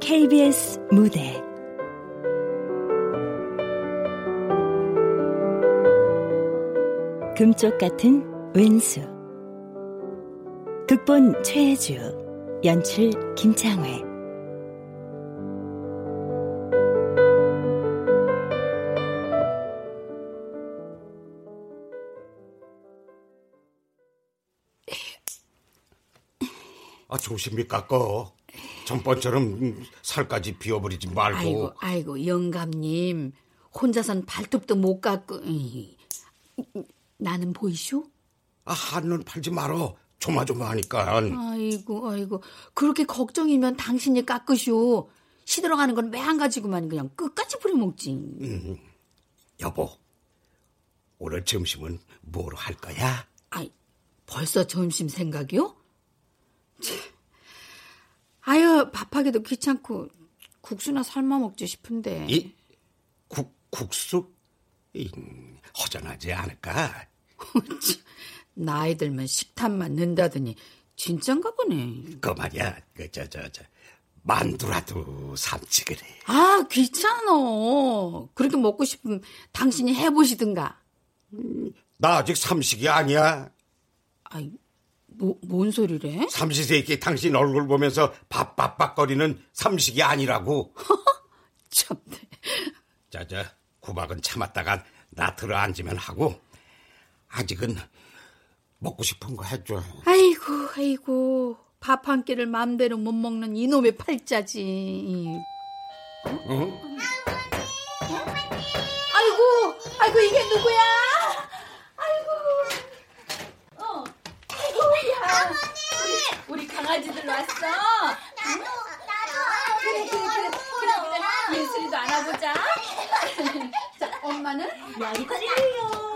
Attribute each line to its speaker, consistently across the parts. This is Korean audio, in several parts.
Speaker 1: KBS 무대 금쪽 같은 왼수 극본 최혜주 연출 김창회
Speaker 2: 아, 조심히 깎어. 전번처럼 살까지 비워버리지 말고.
Speaker 3: 아이고, 아이고, 영감님. 혼자선 발톱도 못 깎고. 으이. 나는 보이쇼?
Speaker 2: 아, 한눈 팔지 말어. 조마조마하니까.
Speaker 3: 아이고, 아이고. 그렇게 걱정이면 당신이 깎으쇼. 시들어가는 건 매 한 가지구만 그냥 끝까지 부려먹지.
Speaker 2: 여보, 오늘 점심은 뭘 할 거야?
Speaker 3: 아이, 벌써 점심 생각이요? 참. 아유, 밥하기도 귀찮고 국수나 삶아 먹지 싶은데.
Speaker 2: 이 국, 국수? 이, 허전하지 않을까?
Speaker 3: 나이 들면 식탐만 는다더니 진짠가 보네.
Speaker 2: 그 말이야. 그, 저, 저, 저. 만두라도 삼치 그래.
Speaker 3: 아, 귀찮어. 그렇게 먹고 싶으면 당신이 해보시든가.
Speaker 2: 나 아직 삼식이 아니야.
Speaker 3: 아이, 뭐, 뭔 소리래?
Speaker 2: 삼시세끼 당신 얼굴 보면서 밥밥밥거리는 삼식이 아니라고.
Speaker 3: 참.
Speaker 2: 자자 구박은 참았다가 나 들어앉으면 하고 아직은 먹고 싶은 거 해줘
Speaker 3: 아이고, 아이고. 밥 한 끼를 마음대로 못 먹는 이놈의 팔자지. 아이고, 아이고, 이게 누구야? 아이고. 어. 아이고야. 우리, 우리 강아지들 왔어?
Speaker 4: 나도 나도 그래 그래 그래
Speaker 3: 그래, 예술이도 안아보자. 자, 엄마는?
Speaker 1: 여기 꺼내요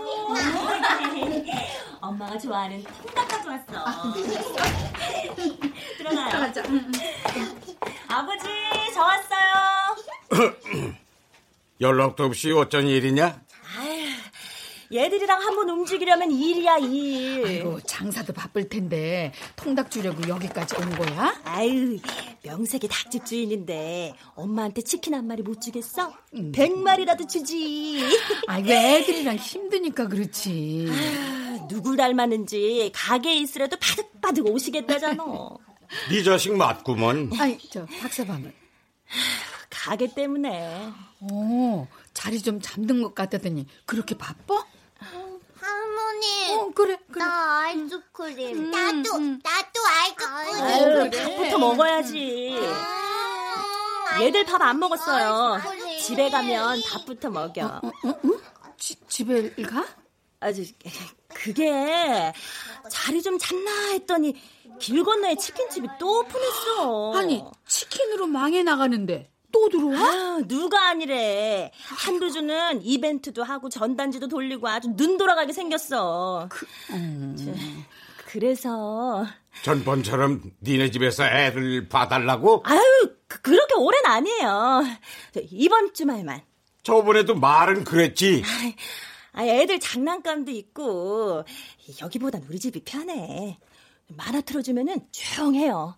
Speaker 1: 엄마가 좋아하는 통닭 가져왔어 들어가요
Speaker 3: 가자.
Speaker 1: 아버지 저 왔어요
Speaker 2: 연락도 없이 어쩐 일이냐?
Speaker 1: 얘들이랑 한번 움직이려면 일이야 일
Speaker 3: 아이고, 장사도 바쁠 텐데 통닭 주려고 여기까지 온 거야?
Speaker 1: 아유, 명색이 닭집 주인인데 엄마한테 치킨 한 마리 못 주겠어? 백 마리라도 주지.
Speaker 3: 아이고, 애들이랑 힘드니까 그렇지.
Speaker 1: 아, 누굴 닮았는지 가게에 있으라도 바득바득 오시겠다잖아.
Speaker 2: 네 자식 맞구먼
Speaker 3: 아이, 저 박사방은.
Speaker 1: 가게 때문에.
Speaker 3: 어, 자리 좀 잠든 것 같다더니 그렇게 바빠?
Speaker 4: 할머니
Speaker 3: 어, 그래, 그래. 음.
Speaker 4: 나 아이스크림 나도 나도 아이스크림
Speaker 1: 아유, 밥부터 먹어야지.
Speaker 4: 아,
Speaker 1: 얘들 밥 안 먹었어요. 집에 가면 밥부터 먹여.
Speaker 3: 지- 집에 가?
Speaker 1: 아주 그게 자리 좀 잡나 했더니 길 건너에 치킨집이 또 오픈했어.
Speaker 3: 아니, 치킨으로 망해 나가는데 또 들어와?
Speaker 1: 아, 누가 아니래. 한두 주는 이벤트도 하고 전단지도 돌리고 아주 눈 돌아가게 생겼어. 그, 래서
Speaker 2: 전번처럼 니네 집에서 애를 봐달라고?
Speaker 1: 아유 그, 그렇게 오랜 아니에요. 저 이번 주말만.
Speaker 2: 저번에도 말은 그랬지
Speaker 1: 아, 애들 장난감도 있고 여기보단 우리 집이 편해. 만화 틀어주면은 조용해요.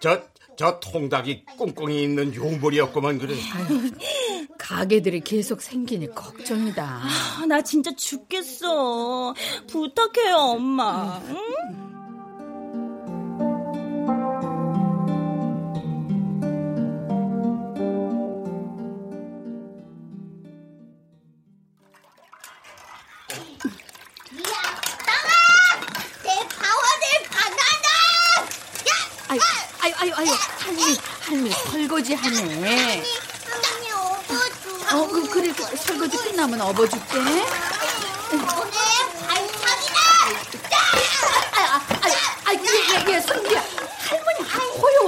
Speaker 2: 저, 저 통닭이 꽁꽁이 있는 용벌이었구먼 그래
Speaker 3: 가게들이 계속 생기니 걱정이다.
Speaker 1: 아, 나 진짜 죽겠어. 부탁해요, 엄마. 응?
Speaker 4: 내 파워를 바나나
Speaker 3: 아유, 아유, 아유, 아유, 할미, 할미, 설거지 하네.
Speaker 4: 할머니 오버줘
Speaker 3: 어, 그, 그래, 그, 설거지 끝나면 업어줄게.
Speaker 4: 내 발차기다
Speaker 3: 예, 아, 아, 아, 아, 이게, 이게, 성기야. 할머니, 아, 고요.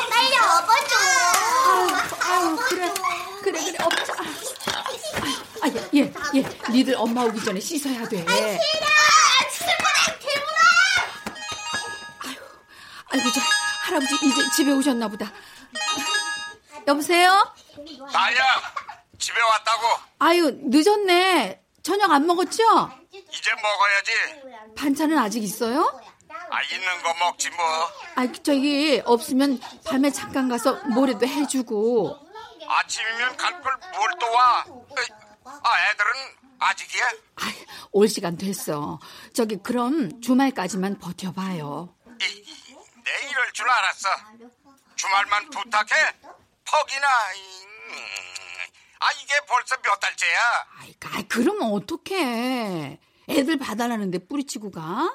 Speaker 3: 어, 아, 예, 니들 엄마 오기 전에 씻어야 돼.
Speaker 4: 대문아 대문아
Speaker 3: 아이고 저 할아버지 이제 집에 오셨나 보다. 여보세요?
Speaker 5: 나야 집에 왔다고
Speaker 3: 아유 늦었네. 저녁 안 먹었죠?
Speaker 5: 이제 먹어야지
Speaker 3: 반찬은 아직 있어요?
Speaker 5: 아 있는 거 먹지 뭐
Speaker 3: 아 저기 없으면 밤에 잠깐 가서 뭐라도 해주고.
Speaker 5: 아침이면 갈 걸 뭘 또 와 아 애들은 아직이야
Speaker 3: 아이, 올 시간 됐어. 저기 그럼 주말까지만 버텨봐요.
Speaker 5: 이, 이, 내 이럴 줄 알았어 주말만 부탁해 퍽이나 이, 음. 아 이게 벌써 몇 달째야
Speaker 3: 아이, 아, 그러면 어떡해. 애들 받아라는데 뿌리치고 가?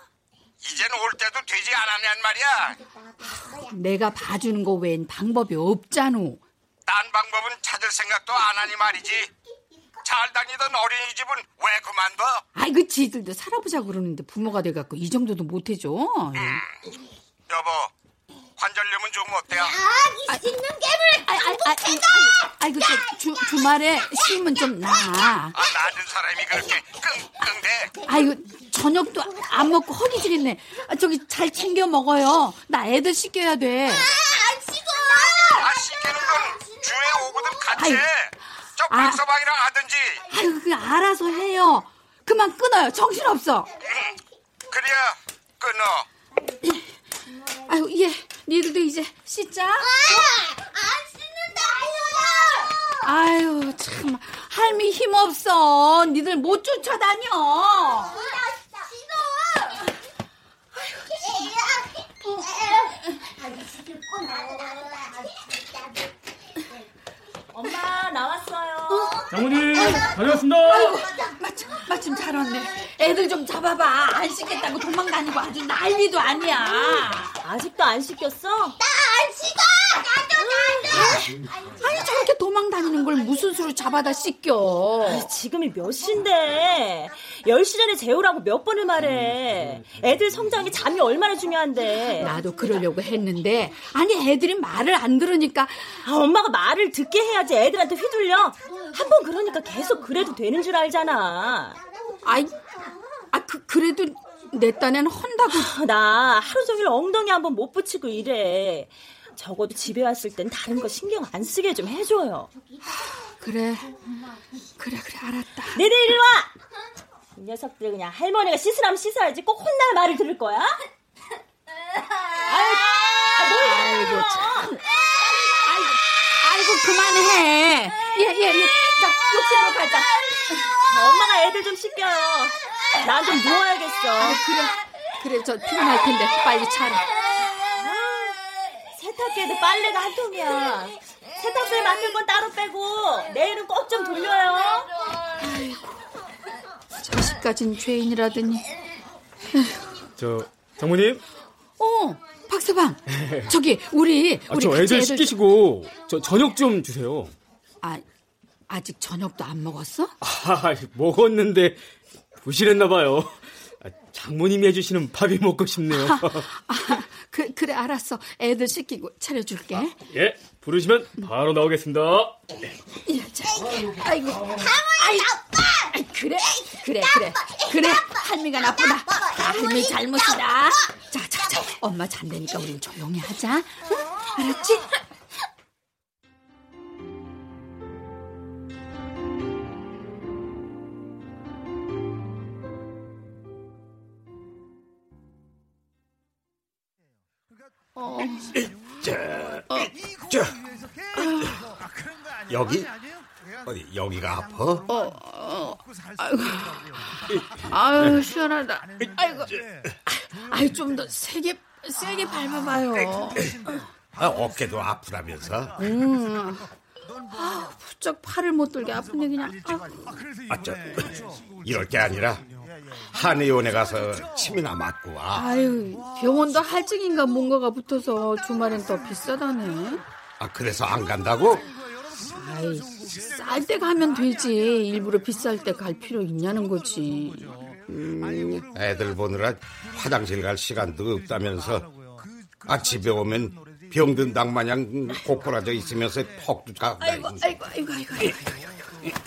Speaker 5: 이젠 올 때도 되지 않았냔 말이야
Speaker 3: 내가 봐주는 거 외엔 방법이 없잖아.
Speaker 5: 딴 방법은 찾을 생각도 안 하니 말이지 잘 다니던 어린이집은 왜 그만둬
Speaker 3: 아이고 지들도 살아보자고 그러는데 부모가 돼갖고 이 정도도 못해줘.
Speaker 5: 여보 관절염은 좀 어때요
Speaker 4: 아이 씻는 괴물
Speaker 3: 아이, 아이, 아이, 아이, 아이고 저, 주, 주말에 쉬면 좀 나.
Speaker 5: 아, 나는 사람이 그렇게 끙끙대
Speaker 3: 아이고 그 저녁도 안 먹고 허기지겠네. 아, 저기 잘 챙겨 먹어요. 나 애들 씻겨야 돼.
Speaker 4: 안 씻어
Speaker 5: 아 시키는 건 주에 오거든 같이
Speaker 3: 아이.
Speaker 5: 해. 저
Speaker 3: 아.
Speaker 5: 박서방이랑 하든지
Speaker 3: 아이고 그 알아서 해요. 그만 끊어요. 정신 없어.
Speaker 5: 그래야 끊어
Speaker 3: 아이고 예. 니들도 이제 씻자.
Speaker 4: 안 씻는다고요
Speaker 3: 아유 참 할미 힘 없어. 니들 못 쫓아다녀.
Speaker 1: 엄마 나왔어요.
Speaker 6: 장모님 다녀왔습니다.
Speaker 3: 마침, 마침 잘 왔네. 애들 좀 잡아봐. 안 씻겠다고 도망다니고 아주 난리도 아니야.
Speaker 1: 아직도 안 씻겼어?
Speaker 3: 아니, 저렇게 도망다니는 걸 무슨 수로 잡아다 씻겨.
Speaker 1: 지금이 몇 시인데 10시 전에 재우라고 몇 번을 말해. 애들 성장에 잠이 얼마나 중요한데.
Speaker 3: 나도 그러려고 했는데, 아니, 애들이 말을 안 들으니까,
Speaker 1: 아, 엄마가 말을 듣게 해야지 애들한테 휘둘려. 한 번 그러니까 계속 그래도 되는 줄 알잖아.
Speaker 3: 아이, 아, 그, 그래도 내 딴엔 헌다고.
Speaker 1: 아, 나 하루 종일 엉덩이 한 번 못 붙이고 이래. 적어도 집에 왔을 땐 다른 거 신경 안 쓰게 좀 해줘요.
Speaker 3: 그래. 그래, 그래, 알았다.
Speaker 1: 니들 이리 와! 이 녀석들 그냥 할머니가 씻으라면 씻어야지 꼭 혼날 말을 들을 거야?
Speaker 3: 아이고, 참. 아이고, 아이고, 그만해. 예, 예, 예. 자, 욕실로 가자.
Speaker 1: 엄마가 애들 좀 씻겨요. 난 좀 누워야겠어.
Speaker 3: 그래, 그래, 저 피곤할 텐데, 빨리 차려.
Speaker 1: 세탁기에도 빨래가 한 통이야. 세탁소에 맡길 건 따로 빼고 내일은 꼭 좀 돌려요.
Speaker 3: 자식까진 죄인이라더니.
Speaker 6: 저 장모님
Speaker 3: 어, 박서방. 저기 우리
Speaker 6: 아,
Speaker 3: 우리
Speaker 6: 저
Speaker 3: 같이
Speaker 6: 애들 시키시고 저 저녁 좀 주세요.
Speaker 3: 아, 아직 저녁도 안 먹었어?
Speaker 6: 아, 먹었는데 부실했나 봐요. 아, 장모님이 해주시는 밥이 먹고 싶네요.
Speaker 3: 아, 그, 그래 알았어. 애들 시키고 차려줄게.
Speaker 6: 예, 부르시면 바로 나오겠습니다.
Speaker 3: 예, 자. 아이고. 아이, 아이, 그래, 그래, 그래, 그래. 할미가 나쁘다. 아, 할미 잘못이다. 자, 자, 자. 엄마 잔다니까 우린 조용히 하자. 응? 알았지?
Speaker 2: 자,
Speaker 3: 아,
Speaker 2: 여기
Speaker 3: 예,
Speaker 2: 어디 여기가 아파?
Speaker 3: 아유 시원하다. 아이고. 아이 좀 더 세게 세게 밟아봐요.
Speaker 2: 아, 어깨도 아프다면서?
Speaker 3: 부쩍 팔을 못 들게 아픈데 그냥. 아,
Speaker 2: 아, 저, 이럴 게 아니라 한의원에 가서 침이나 맞고 와.
Speaker 3: 아유 병원도 할증인가 뭔가가 붙어서 주말엔 더 비싸다네.
Speaker 2: 아, 그래서 안 간다고?
Speaker 3: 아이 쌀 때 가면 되지. 일부러 비쌀 때 갈 필요 있냐는 거지.
Speaker 2: 애들 보느라 화장실 갈 시간도 없다면서 아 집에 오면 병든 닭 마냥 고꾸라져 있으면서 퍽도 가고
Speaker 3: 아이고 아이고 아이고 아이고. 아이고.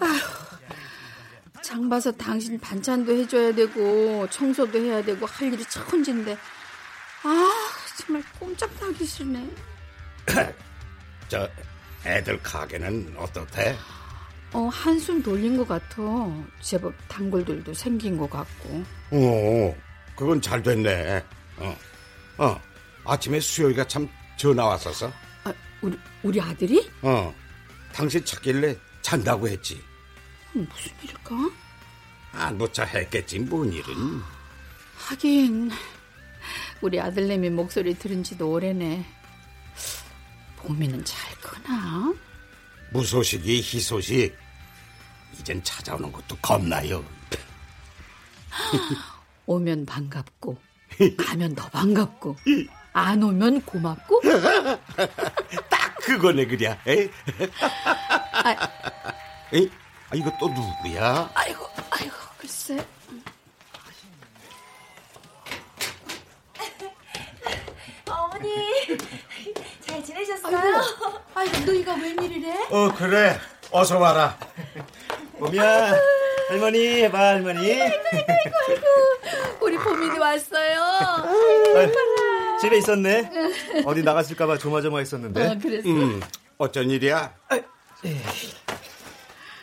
Speaker 3: 아휴, 장 봐서 당신 반찬도 해줘야 되고 청소도 해야 되고 할 일이 천진데 아 정말 꼼짝하기 싫네.
Speaker 2: 저 애들 가게는 어떻대?
Speaker 3: 어 한숨 돌린 것 같아. 제법 단골들도 생긴 것 같고.
Speaker 2: 오, 그건 잘 됐네. 어, 어, 아침에 수요이가 참 전화 왔었어.
Speaker 3: 아, 우리 우리 아들이
Speaker 2: 어, 당신 찾길래 잔다고 했지. 아,
Speaker 3: 무슨 일일까?
Speaker 2: 안부차 했겠지, 뭔 일은.
Speaker 3: 하긴 우리 아들내미 목소리 들은 지도 오래네. 봄이는 잘 크나?
Speaker 2: 무소식이 희소식. 이젠 찾아오는 것도 겁나요.
Speaker 3: 오면 반갑고 가면 더 반갑고 안 오면 고맙고
Speaker 2: 딱 그거네, 그랴. 에이?
Speaker 3: 아,
Speaker 2: 에이? 아, 이거 또 누구야?
Speaker 3: 아이고 아이고 글쎄
Speaker 7: 음. 어머니 잘 지내셨어요?
Speaker 3: 아이고 아이고 너희가 웬일이래?
Speaker 2: 어, 그래. 어서 와라.
Speaker 8: 봄이야, 할머니 해봐, 할머니.
Speaker 3: 우리 봄이도 왔어요.
Speaker 6: 집에 있었네. 어디 나갔을까봐 조마조마했었는데.
Speaker 3: 어, 그래서
Speaker 2: 음, 어쩐 일이야?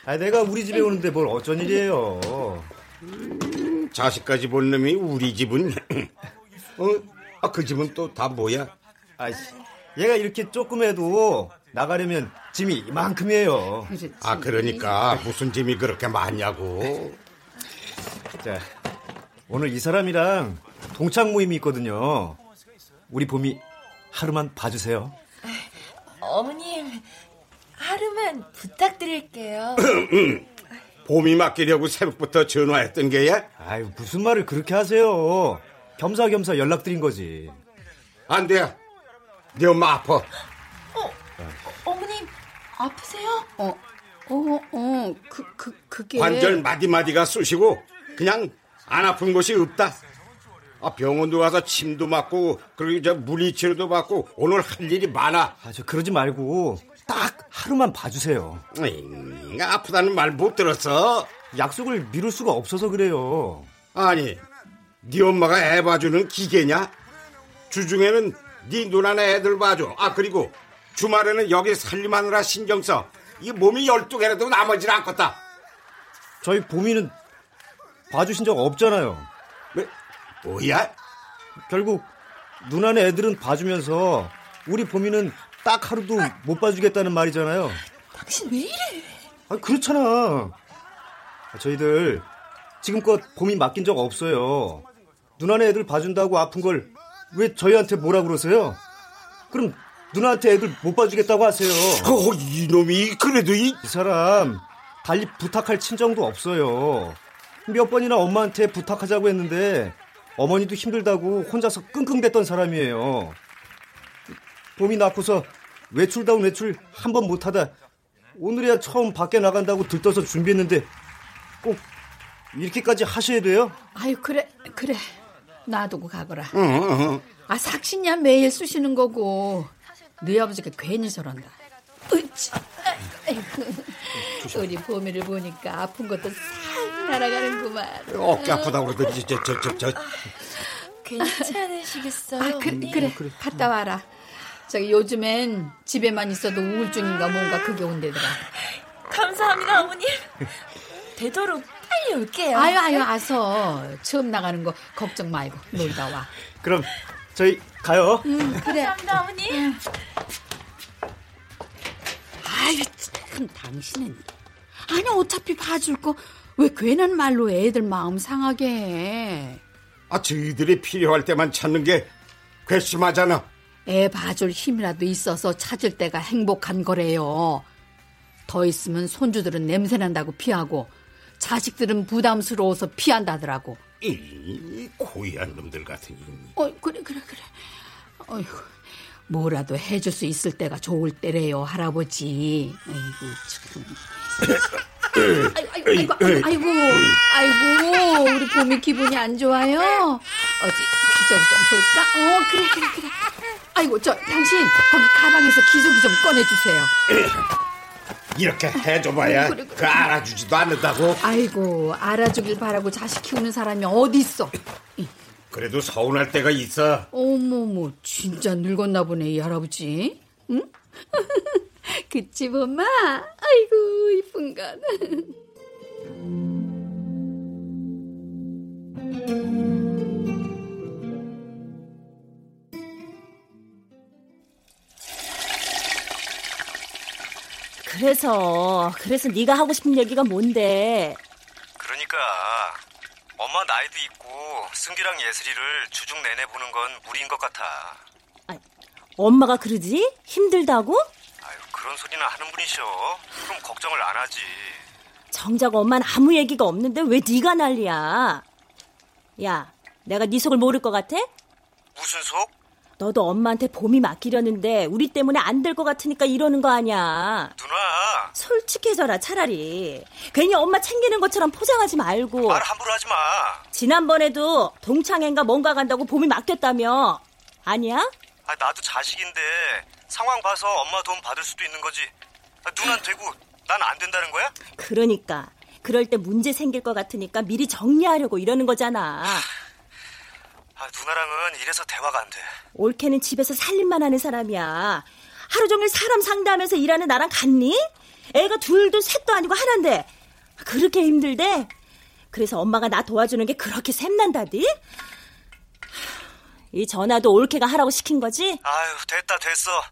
Speaker 6: 아, 내가 우리 집에 오는데 뭘 어쩐 일이에요.
Speaker 2: 음, 자식까지 본 놈이 우리 집은. 어? 아, 그 집은 또 다 뭐야?
Speaker 6: 아이씨, 얘가 이렇게 조금 해도 나가려면 짐이 이만큼이에요.
Speaker 3: 그렇지.
Speaker 2: 아, 그러니까 무슨 짐이 그렇게 많냐고.
Speaker 6: 자, 오늘 이 사람이랑 동창 모임이 있거든요. 우리 봄이 하루만 봐주세요.
Speaker 1: 어머님, 하루만 부탁드릴게요.
Speaker 2: 봄이 맡기려고 새벽부터 전화했던 게야?
Speaker 6: 아유, 무슨 말을 그렇게 하세요. 겸사겸사 연락드린 거지.
Speaker 2: 안 돼. 네 엄마 아파.
Speaker 1: 어머님, 아프세요?
Speaker 3: 어, 어어어그 그 그게
Speaker 2: 관절 마디마디가 쑤시고 그냥 안 아픈 곳이 없다. 아, 병원도 가서 침도 맞고 그리고 저 물리치료도 받고 오늘 할 일이 많아.
Speaker 6: 아, 저 그러지 말고 딱 하루만 봐주세요.
Speaker 2: 으잉, 아프다는 말 못 들었어.
Speaker 6: 약속을 미룰 수가 없어서 그래요.
Speaker 2: 아니, 네 엄마가 애 봐주는 기계냐? 주중에는 네 누나나 애들 봐줘. 아 그리고 주말에는 여기 살림하느라 신경 써. 이 몸이 열두 개라도 나머지는 안 컸다.
Speaker 6: 저희 봄이는 봐주신 적 없잖아요.
Speaker 2: 왜? 뭐야?
Speaker 6: 결국 누나네 애들은 봐주면서 우리 봄이는 딱 하루도 못 봐주겠다는 말이잖아요.
Speaker 1: 당신 왜 이래?
Speaker 6: 아 그렇잖아. 저희들 지금껏 봄이 맡긴 적 없어요. 누나네 애들 봐준다고 아픈 걸 왜 저희한테 뭐라 그러세요? 그럼 누나한테 애들 못 봐주겠다고 하세요.
Speaker 2: 어, 이놈이 그래도 이
Speaker 6: 이 사람 달리 부탁할 친정도 없어요. 몇 번이나 엄마한테 부탁하자고 했는데 어머니도 힘들다고 혼자서 끙끙댔던 사람이에요. 봄이 낳고서 외출다운 외출 한 번 못하다 오늘이야 처음 밖에 나간다고 들떠서 준비했는데 꼭 이렇게까지 하셔야 돼요?
Speaker 3: 아유 그래 그래 놔두고 가거라.
Speaker 2: 응, 응, 응.
Speaker 3: 아 삭신이야 매일 쑤시는 거고 네 아버지가 괜히 저런다. 으치. 아이고. 우리 보미를 보니까 아픈 것도 싹 날아가는구만.
Speaker 2: 어깨 아프다 그러더니 저, 저, 저, 저.
Speaker 1: 괜찮으시겠어요?
Speaker 3: 아, 그, 그래, 갔다 와라. 저기 요즘엔 집에만 있어도 우울증인가 뭔가 그게 온대더라.
Speaker 1: 감사합니다, 어머님. 되도록 빨리 올게요.
Speaker 3: 아유, 아유, 아서. 처음 나가는 거 걱정 말고 놀다 와.
Speaker 6: 그럼 저희 가요.
Speaker 3: 응, 그래.
Speaker 1: 감사합니다, 어머님.
Speaker 3: 아유, 참, 당신은. 아니, 어차피 봐줄 거. 왜 괜한 말로 애들 마음 상하게 해.
Speaker 2: 아, 저희들이 필요할 때만 찾는 게 괘씸하잖아.
Speaker 3: 애 봐줄 힘이라도 있어서 찾을 때가 행복한 거래요. 더 있으면 손주들은 냄새난다고 피하고, 자식들은 부담스러워서 피한다더라고.
Speaker 2: 이, 이 고의한 놈들 같은 이.
Speaker 3: 어, 그래, 그래, 그래. 어이구, 뭐라도 해줄 수 있을 때가 좋을 때래요, 할아버지. 아이고, 참. 아이고, 아이고, 아이고, 아이고, 아이고, 우리 봄이 기분이 안 좋아요? 어디 기저귀 좀 볼까? 어, 그래, 그래, 그래. 아이고, 저, 당신, 거기 가방에서 기저귀 좀 꺼내주세요.
Speaker 2: 이렇게 해줘봐야
Speaker 3: 그래, 그래.
Speaker 2: 그 알아주지도 않는다고.
Speaker 3: 아이고 알아주길 바라고 자식 키우는 사람이 어디 있어?
Speaker 2: 그래도 서운할 때가 있어.
Speaker 3: 어머머 진짜 늙었나 보네 이 할아버지. 응? 그치 엄마. 아이고 이쁜 건.
Speaker 1: 그래서 그래서 네가 하고 싶은 얘기가 뭔데?
Speaker 9: 그러니까 엄마 나이도 있고 승기랑 예슬이를 주중 내내 보는 건 무리인 것 같아.
Speaker 1: 엄마가 그러지? 힘들다고?
Speaker 9: 그런 소리나 하는 분이셔. 그럼 걱정을 안 하지.
Speaker 1: 정작 엄만 아무 얘기가 없는데 왜 네가 난리야? 야, 내가 네 속을 모를 것 같아?
Speaker 9: 무슨 속?
Speaker 1: 너도 엄마한테 봄이 맡기려는데 우리 때문에 안 될 것 같으니까 이러는 거 아니야.
Speaker 9: 누나
Speaker 1: 솔직해져라 차라리. 괜히 엄마 챙기는 것처럼 포장하지 말고.
Speaker 9: 말 함부로 하지 마.
Speaker 1: 지난번에도 동창회인가 뭔가 간다고 봄이 맡겼다며. 아니야?
Speaker 9: 아, 나도 자식인데 상황 봐서 엄마 도움 받을 수도 있는 거지. 아, 누난 되고 난 안 된다는 거야?
Speaker 1: 그러니까. 그럴 때 문제 생길 것 같으니까 미리 정리하려고 이러는 거잖아.
Speaker 9: 아, 누나랑은 이래서 대화가 안 돼.
Speaker 1: 올케는 집에서 살림만 하는 사람이야. 하루 종일 사람 상대하면서 일하는 나랑 같니? 애가 둘도 셋도 아니고 하나인데 그렇게 힘들대? 그래서 엄마가 나 도와주는 게 그렇게 샘난다디? 이 전화도 올케가 하라고 시킨 거지?
Speaker 9: 아유 됐다 됐어.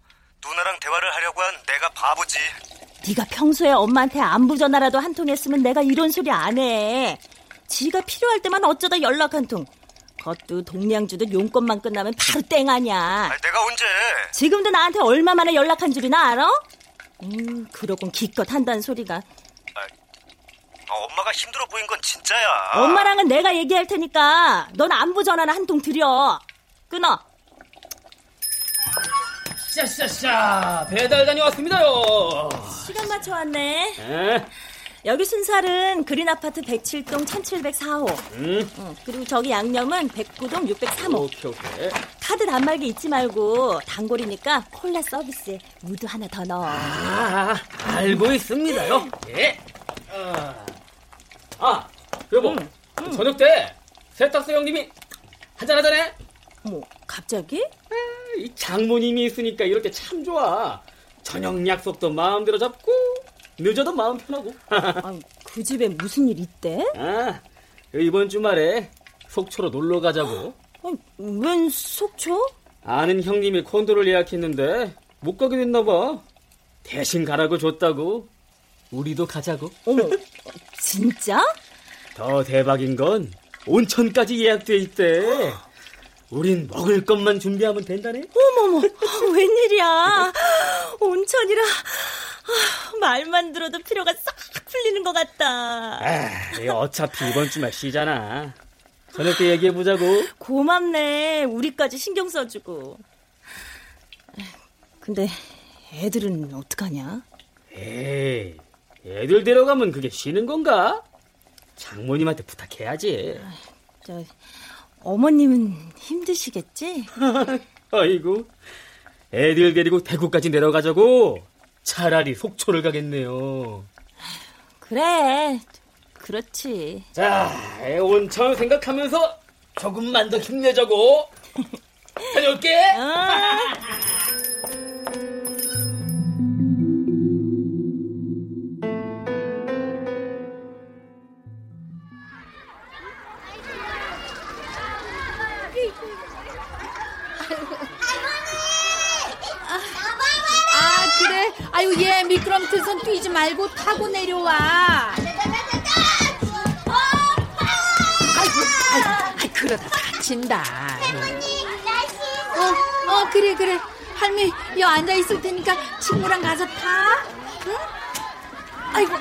Speaker 9: 누나랑 대화를 하려고 한 내가 바보지.
Speaker 1: 네가 평소에 엄마한테 안부 전화라도 한 통 했으면 내가 이런 소리 안 해. 지가 필요할 때만 어쩌다 연락 한 통. 그것도 동량주도 용건만 끝나면 바로 땡 아니야.
Speaker 9: 내가 언제?
Speaker 1: 지금도 나한테 얼마 만에 연락한 줄이나 알아? 음, 그러곤 기껏 한다는 소리가.
Speaker 9: 아, 엄마가 힘들어 보인 건 진짜야.
Speaker 1: 엄마랑은 내가 얘기할 테니까 넌 안부 전화나 한 통 드려. 끊어.
Speaker 6: 샤샤샤 배달 다녀왔습니다요.
Speaker 1: 시간 맞춰 왔네.
Speaker 6: 에?
Speaker 1: 여기 순살은 그린 아파트 107동 1704호.
Speaker 6: 응?
Speaker 1: 응, 그리고 저기 양념은 109동 603호.
Speaker 6: 오케이 오케이.
Speaker 1: 카드 단말기 잊지 말고 단골이니까 콜라 서비스에 우드 하나 더 넣어.
Speaker 6: 아 알고 있습니다요. 예. 아 여보 저녁 때 세탁소 형님이 한잔 하자네.
Speaker 1: 뭐 갑자기?
Speaker 6: 이 장모님이 있으니까 이렇게 참 좋아. 저녁 약속도 마음대로 잡고 늦어도 마음 편하고.
Speaker 1: 그 집에 무슨 일 있대?
Speaker 6: 아 이번 주말에 속초로 놀러 가자고.
Speaker 1: 아니, 어, 웬 속초?
Speaker 6: 아는 형님이 콘도를 예약했는데 못 가게 됐나 봐. 대신 가라고 줬다고. 우리도 가자고.
Speaker 1: 어머, 진짜?
Speaker 6: 더 대박인 건 온천까지 예약돼 있대. 우린 먹을 것만 준비하면 된다네.
Speaker 1: 어머머, 아, 웬일이야? 온천이라 아, 말만 들어도 피로가 싹 풀리는 것 같다.
Speaker 6: 아, 에이, 어차피 이번 주말 쉬잖아. 저녁 때 얘기해 보자고.
Speaker 1: 고맙네, 우리까지 신경 써주고. 근데 애들은 어떡하냐?
Speaker 6: 에이, 애들 데려가면 그게 쉬는 건가? 장모님한테 부탁해야지.
Speaker 1: 저, 어머님은 힘드시겠지?
Speaker 6: 아이고, 애들 데리고 대구까지 내려가자고. 차라리 속초를 가겠네요.
Speaker 1: 그래, 그렇지.
Speaker 6: 자, 애 온천 생각하면서 조금만 더 힘내자고. 다녀올게.
Speaker 1: 어?
Speaker 3: 아 그래. 아유 얘 미끄럼틀 선 뛰지 말고 타고 내려와. 아이고, 아이고, 아이, 그러다 다친다. 어, 어, 그래, 그래. 할미, 여 앉아 있을 테니까 친구랑 가서 타. 응? 아이고,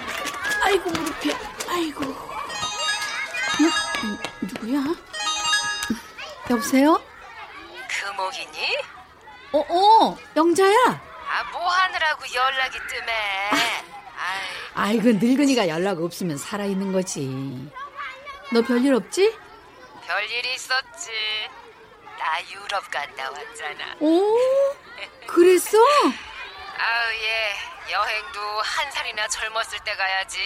Speaker 3: 아이고, 무릎이. 아이고. 응? 누구야? 여보세요?
Speaker 4: 그 금옥이니?
Speaker 3: 어, 어, 영자야.
Speaker 4: 아, 뭐 하느라고 연락이 뜸해. 아이,
Speaker 3: 아이고, 늙은이가 연락 없으면 살아있는 거지. 너 별일 없지?
Speaker 4: 별일이 있었지. 나 유럽 갔다 왔잖아.
Speaker 3: 오, 그랬어?
Speaker 4: 아우, 예.
Speaker 9: 여행도 한 살이나 젊었을 때 가야지.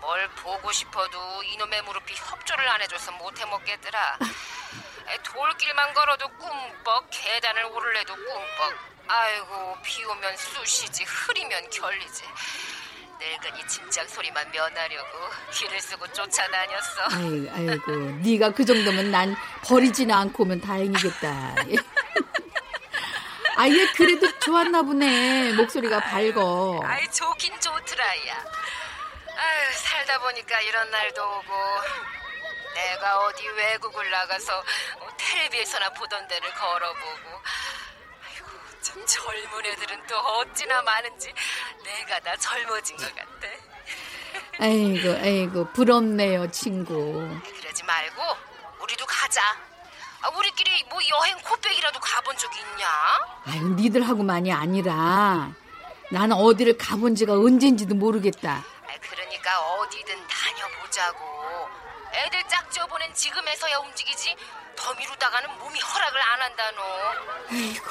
Speaker 9: 뭘 보고 싶어도 이놈의 무릎이 협조를 안 해줘서 못 해먹겠더라. 에, 돌길만 걸어도 꿈뻑, 계단을 오를래도 꿈뻑. 아이고, 비 오면 쑤시지, 흐리면 결리지. 늙은이 짐작 소리만 면하려고 길을 쓰고 쫓아다녔어.
Speaker 3: 아이고, 아이고, 네가 그 정도면 난 버리지는 않고 오면 다행이겠다. 아예 그래도 좋았나 보네. 목소리가 밝어.
Speaker 9: 아이 좋긴 좋더라야. 아유 살다 보니까 이런 날도 오고 내가 어디 외국을 나가서 어, 텔레비에서나 보던 데를 걸어보고 아이고 참 젊은 애들은 또 어찌나 많은지 내가 다 젊어진 것 같아.
Speaker 3: 아이고, 아이고, 부럽네요, 친구.
Speaker 9: 그러지 말고 우리도 가자. 아, 우리끼리 뭐 여행 코백이라도 가본 적 있냐?
Speaker 3: 아유, 니들하고만이 아니라 나는 어디를 가본 지가 언젠지도 모르겠다.
Speaker 9: 그러니까 어디든 다녀보자고. 애들 짝지어보낸 지금에서야 움직이지. 더 미루다가는 몸이 허락을 안 한다노.
Speaker 3: 아이고,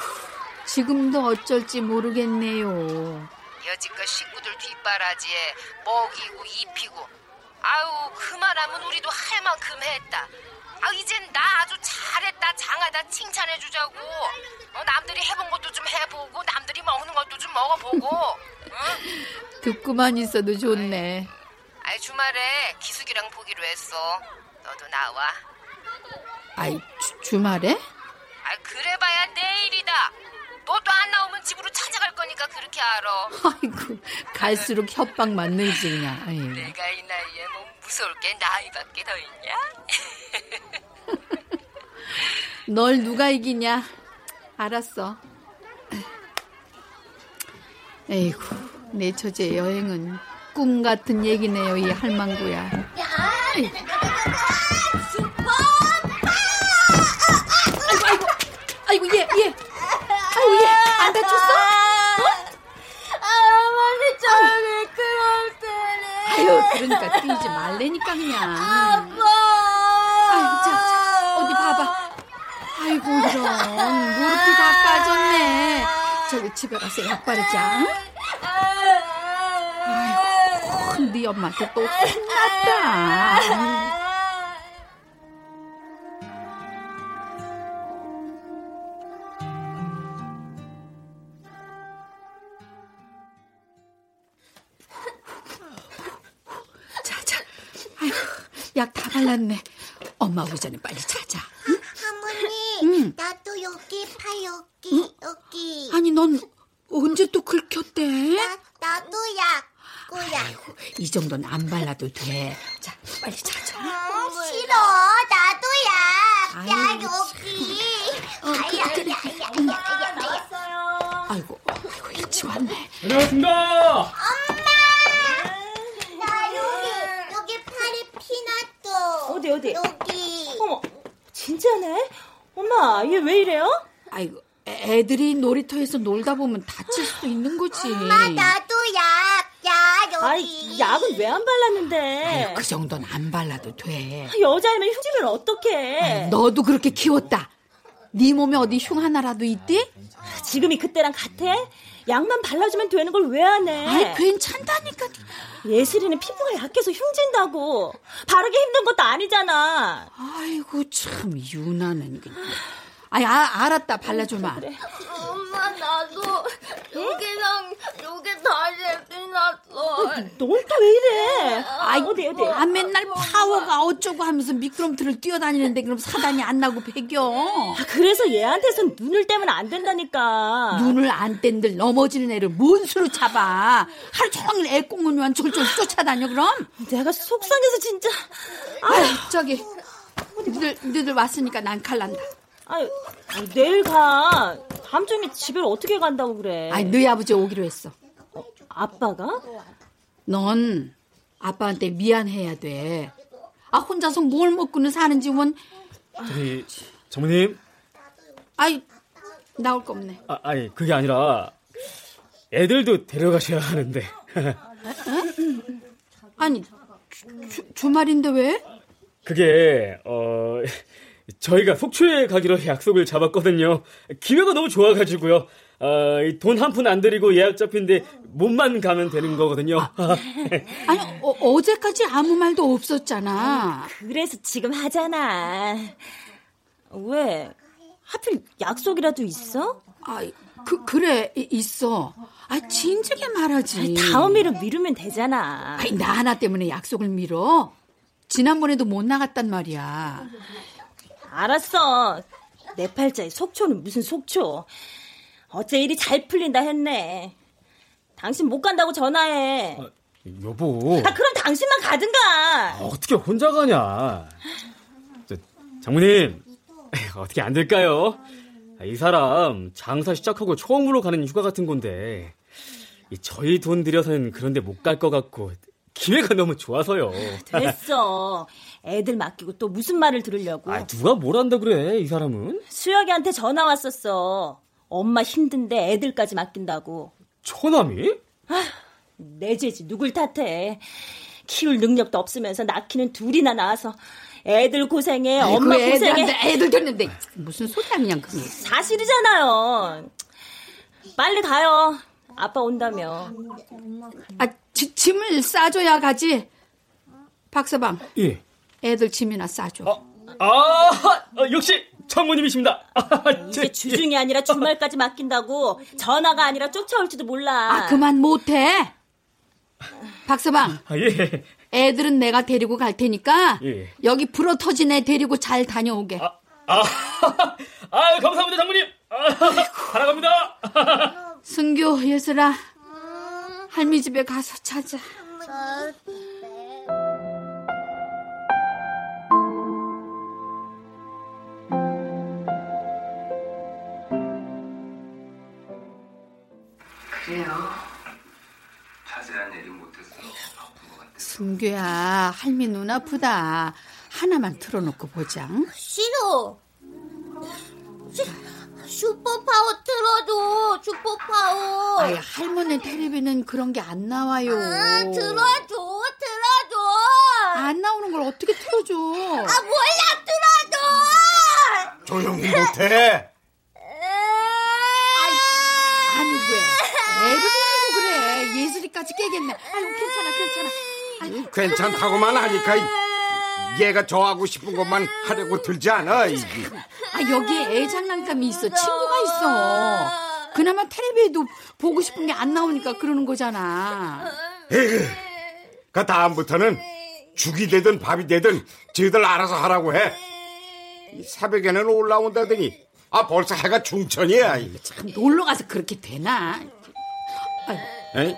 Speaker 3: 지금도 어쩔지 모르겠네요.
Speaker 9: 여지껏 식구들 뒷바라지에 먹이고 입히고. 아우 그만하면 우리도 할 만큼 했다. 아 이젠 나 아주 잘했다 장하다 칭찬해주자고. 어, 남들이 해본 것도 좀 해보고 남들이 먹는 것도 좀 먹어보고. 응?
Speaker 3: 듣고만 있어도 좋네.
Speaker 9: 아이 주말에 기숙이랑 보기로 했어. 너도 나와.
Speaker 3: 아이, 주, 주말에?
Speaker 9: 아 그래봐야 내일이다. 너도 안 나오면 집으로 찾아갈 거니까 그렇게 알아.
Speaker 3: 아이고, 갈수록 협박 만늘지 그냥. 아이고.
Speaker 9: 내가 이 나이에 뭐 무서울 게 나이밖에 더 있냐?
Speaker 3: 널 누가 이기냐? 알았어. 에이구, 내 처제 여행은 꿈 같은 얘기네요, 이 할망구야. 아이고, 아이고, 아이고, 얘, 얘. 아이고, 얘, 안 다쳤어?
Speaker 4: 아버지 저 미끄러울 때는
Speaker 3: 아유, 그러니까 뛰지 말래니까, 그냥. 아이고, 자, 자, 어디 봐봐. 아이고, 이런. 무릎이 다 빠졌네. 저기 집에 가서 약 바르자. 응? 아이고, 큰 네 엄마한테 또 혼났다. 자, 자. 아이고, 약 다 발랐네. 엄마 오기 전에 빨리 자자.
Speaker 4: 할머니
Speaker 3: 응.
Speaker 4: 나도 여기 파 여기 여기
Speaker 3: 어.
Speaker 1: 네?
Speaker 3: 아니, 넌 언제 또 긁혔대?
Speaker 4: 나도야 꼬야
Speaker 3: 이 정도는 안 발라도 돼. 자, 빨리 자자.
Speaker 4: 싫어 나도야
Speaker 3: 아유,
Speaker 4: 야 여기
Speaker 1: 어,
Speaker 3: 아, 그,
Speaker 4: 아야야야야야 나왔어요
Speaker 3: 아이고, 아이고, 일찍 왔네.
Speaker 6: 안녕하십니까.
Speaker 4: 나 여기 여기 팔이 피났어
Speaker 1: 어디, 어디?
Speaker 4: 여기
Speaker 1: 어머, 진짜네? 엄마, 얘 왜 이래요?
Speaker 3: 아이고, 애- 애들이 놀이터에서 놀다 보면 다칠 수도 있는 거지.
Speaker 4: 엄마 나도야 야 여기
Speaker 1: 아이, 약은 왜 안 발랐는데?
Speaker 3: 그 정도는 안 발라도 돼.
Speaker 1: 여자애면 흉지면
Speaker 4: 네.
Speaker 1: 어떡해?
Speaker 3: 너도 그렇게 키웠다. 네 몸에 어디 흉 하나라도 있디?
Speaker 1: 지금이 그때랑 같아? 약만 발라주면 되는 걸 왜 안 해?
Speaker 4: 네.
Speaker 3: 아이, 그 괜찮다니까.
Speaker 1: 예슬이는 피부가 약해서 흉진다고. 바르기 힘든 것도 아니잖아.
Speaker 3: 아이고 참 유나는 그냥. 아이 아, 알았다 발라줘마.
Speaker 4: 엄마 나도 여기랑 여기 다리에 피났어
Speaker 1: 넌 또 왜 이래?
Speaker 3: 아이 아 맨날 파워가 어쩌고 하면서 미끄럼틀을 뛰어다니는데 그럼 사단이 안 나고 배겨.
Speaker 1: 그래서 얘한테선 눈을 떼면 안 된다니까.
Speaker 3: 아, 눈을 안 뗀들 넘어지는 애를 뭔 수로 잡아. 하루 종일 애 꽁무니만 졸졸 쫓아다녀 그럼.
Speaker 1: 내가 속상해서 진짜.
Speaker 3: 아이 저기 니들 니들 왔으니까 난 칼난다.
Speaker 1: 아유, 내일 가. 밤 중에 집에 어떻게 간다고 그래?
Speaker 3: 아이 너희 아버지 오기로 했어.
Speaker 1: 아빠가?
Speaker 3: 넌 아빠한테 미안해야 돼. 아 혼자서 뭘 먹고는 사는지 원.
Speaker 6: 저기 장모님.
Speaker 3: 아이 나올 거 없네.
Speaker 6: 아, 아니 그게 아니라 애들도 데려가셔야 하는데.
Speaker 3: 에? 아니 주, 주말인데 왜?
Speaker 6: 그게 어 저희가 속초에 가기로 약속을 잡았거든요. 기회가 너무 좋아가지고요. 돈 한 푼 안 들이고 예약 잡힌데 몸만 가면 되는 거거든요.
Speaker 3: 아니 어, 어제까지 아무 말도 없었잖아.
Speaker 1: 그래서 지금 하잖아. 왜? 하필 약속이라도 있어?
Speaker 3: 아, 그 그래 이- 있어. 아 진즉에 말하지.
Speaker 1: 다음이로 미루면 되잖아.
Speaker 3: 아니, 나 하나 때문에 약속을 미뤄. 지난번에도 못 나갔단 말이야.
Speaker 1: 알았어. 내 팔자에 속초는 무슨 속초. 어째 일이 잘 풀린다 했네. 당신 못 간다고 전화해.
Speaker 3: 어,
Speaker 6: 여보,
Speaker 1: 아, 그럼 당신만 가든가.
Speaker 6: 어떻게 혼자 가냐? 저, 장모님, 어떻게 안 될까요? 아, 이 사람 장사 시작하고 처음으로 가는 휴가 같은 건데 이 저희 돈 들여서는 그런데 못 갈 것 같고 기회가 너무 좋아서요.
Speaker 1: 됐어. 애들 맡기고 또 무슨 말을 들으려고.
Speaker 6: 아, 누가 뭘 한다 그래 이 사람은?
Speaker 1: 수혁이한테 전화 왔었어. 엄마 힘든데 애들까지 맡긴다고.
Speaker 6: 처남이?
Speaker 1: 내 죄지 누굴 탓해. 키울 능력도 없으면서 낳기는 둘이나 낳아서 애들 고생해
Speaker 3: 아이고,
Speaker 1: 엄마
Speaker 3: 애들한테
Speaker 1: 고생해
Speaker 3: 애들 줬는데 무슨 소리야 그냥 그게.
Speaker 1: 사실이잖아요. 빨리 가요. 아빠 온다며.
Speaker 3: 아 지- 짐을 싸줘야 가지. 박서방,
Speaker 6: 예.
Speaker 3: 애들 짐이나 싸줘.
Speaker 1: 어,
Speaker 6: 아 어, 역시 장모님이십니다.
Speaker 10: 아, 예,
Speaker 1: 이게 주중이 아니라 주말까지 맡긴다고 전화가 아니라 쫓아올지도 몰라.
Speaker 3: 아 그만 못해. 박서방,
Speaker 6: 아, 예.
Speaker 3: 애들은 내가 데리고 갈 테니까
Speaker 6: 예.
Speaker 3: 여기 불어 터진 애 데리고 잘 다녀오게.
Speaker 6: 아 감사합니다 장모님. 아, 살아갑니다.
Speaker 3: 승규, 예슬아,
Speaker 4: 음,
Speaker 3: 할미 집에 가서 찾아.
Speaker 11: 그래요. 자세한 얘기 못해서 아픈 것 같아.
Speaker 3: 승규야, 할미 눈 아프다. 하나만 틀어놓고 보자.
Speaker 4: 싫어. 슈- 슈퍼파워 틀어줘. 슈퍼파워.
Speaker 3: 아이, 할머니 텔레비는 그런 게 안 나와요.
Speaker 4: 아, 틀어줘. 틀어줘.
Speaker 3: 안 나오는 걸 어떻게 틀어줘?
Speaker 4: 아 몰라 틀어줘.
Speaker 2: 조용히 못해.
Speaker 3: 아니 왜? 애를 울리고 그래. 예슬이까지 깨겠네. 아이고 괜찮아 괜찮아. 아이고,
Speaker 2: 괜찮다고만 하니까 이- 얘가 저하고 싶은 것만 하려고 들지 않아. 이게.
Speaker 3: 아 여기에 애 장난감이 있어. 친구가 있어. 그나마 텔레비에도 보고 싶은 게 안 나오니까 그러는 거잖아.
Speaker 2: 에휴, 그 다음부터는 죽이 되든 밥이 되든 지들 알아서 하라고 해. 이 새벽에는 올라온다더니 아 벌써 해가 중천이야. 이게 참.
Speaker 3: 그럼 놀러 가서 그렇게 되나?
Speaker 2: 에이?